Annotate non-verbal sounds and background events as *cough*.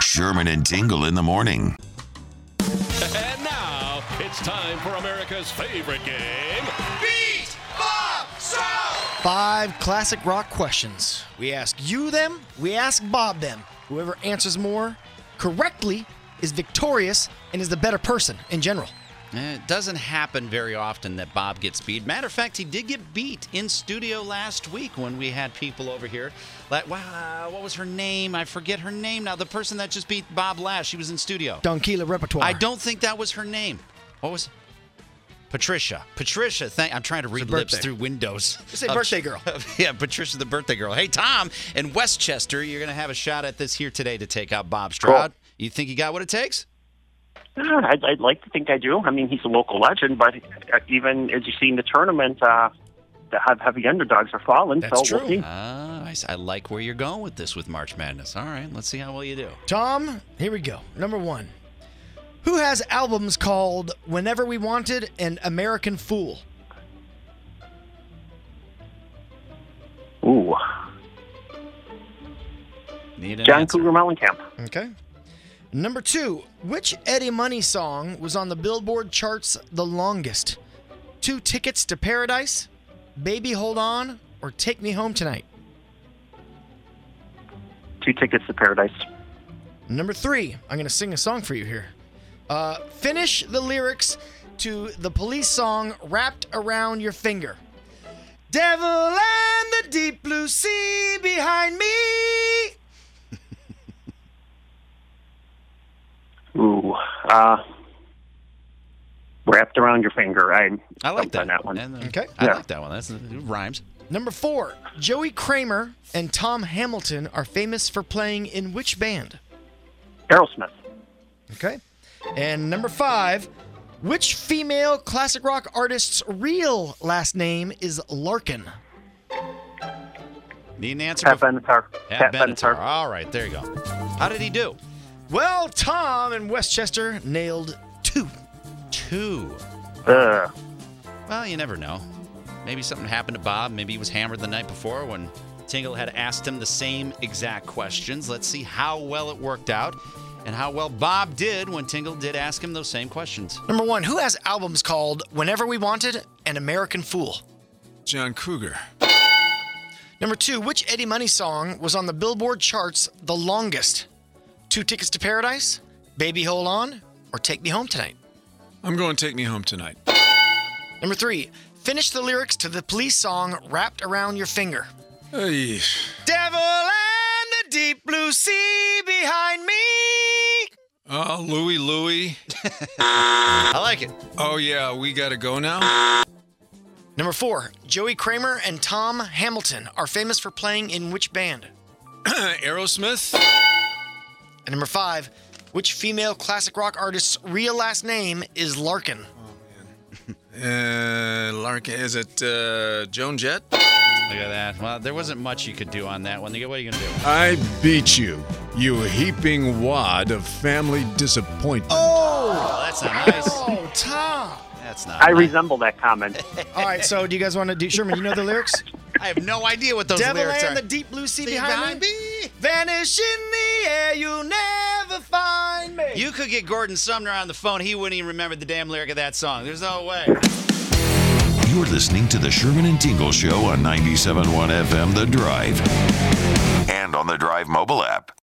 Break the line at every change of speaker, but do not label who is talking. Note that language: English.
Sherman and Tingle in the morning.
And now it's time for America's favorite game.
Beat Bob Sal!
Five classic rock questions. We ask you them, we ask Bob them. Whoever answers more correctly is victorious and is the better person in general.
Eh, It doesn't happen very often that Bob gets beat. Matter of fact, he did get beat in studio last week when we had people over here. Like, wow, what was her name? I forget her name now. The person that just beat Bob last, she was in studio.
Donkila repertoire.
I don't think that was her name. What was? Patricia. Patricia. Thank. I'm trying to read lips
birthday.
through windows.
Just say birthday girl.
*laughs* yeah, Patricia, the birthday girl. Hey, Tom, in Westchester, you're gonna have a shot at this here today to take out Bob Stroud. You think you got what it takes?
Yeah, I'd, I'd like to think I do. I mean, he's a local legend, but uh, even as you see in the tournament, uh, the heav- heavy underdogs are falling.
That's true.
so We'll see.
Ah, I, s- I like where you're going with this with March Madness. All right, let's see how well you do.
Tom, here we go. Number one. Who has albums called Whenever We Wanted and American Fool?
Ooh,
Need an
John
answer.
Cougar Mellencamp.
Okay. Number two, which Eddie Money song was on the Billboard charts the longest? Two Tickets to Paradise, Baby Hold On, or Take Me Home Tonight?
Two tickets to paradise.
Number three, I'm going to sing a song for you here. Uh, finish the lyrics to the police song Wrapped Around Your Finger. Devil and the deep blue sea behind me.
Ooh, uh, wrapped around your finger. I
I like
jumped on
that.
that one.
And, uh,
Okay.
I
Yeah.
like that one. That's uh, it rhymes.
Number four, Joey Kramer and Tom Hamilton are famous for playing in which band?
Aerosmith.
Okay. And number five, which female classic rock artist's real last name is Larkin?
Need an answer.
Pat
bef-
Benatar.
Pat Benatar. All right, there you go. How did he do?
Well, Tom in Westchester nailed two.
Two.
Ugh.
Well, you never know. Maybe something happened to Bob. Maybe he was hammered the night before when Tingle had asked him the same exact questions. Let's see how well it worked out and how well Bob did when Tingle did ask him those same questions.
Number one, who has albums called Whenever We Wanted and American Fool?
John Cougar.
Number two, which Eddie Money song was on the Billboard charts the longest? Two Tickets to Paradise, Baby Hold On, or Take Me Home Tonight?
I'm going to take me home tonight.
Number three, finish the lyrics to the police song Wrapped Around Your Finger.
Hey,
Devil and the deep blue sea behind me.
uh, Louie, Louie.
I like it.
Oh yeah, we gotta go now. *clears throat*
Number four, Joey Kramer and Tom Hamilton are famous for playing in which band?
Aerosmith.
And number five, which female classic rock artist's real last name is Larkin?
Uh, Larkin. Is it uh, Joan Jett?
Look at that. Well, there wasn't much you could do on that one. What are you going to do?
I beat you, you heaping wad of family disappointment.
Oh,
*laughs*
that's not nice.
Oh, Tom.
That's not
I
nice.
resemble that comment.
All right, so do you guys want to do Sherman? You know the lyrics?
I have no idea what those
Devil
lyrics
and
are.
the deep blue sea
See
behind,
behind
me. Vanish in the air, you'll never find me.
You could get Gordon Sumner on the phone. He wouldn't even remember the damn lyric of that song. There's no way.
You're listening to the Sherman and Tingle Show on 97.1 FM The Drive and on the Drive mobile app.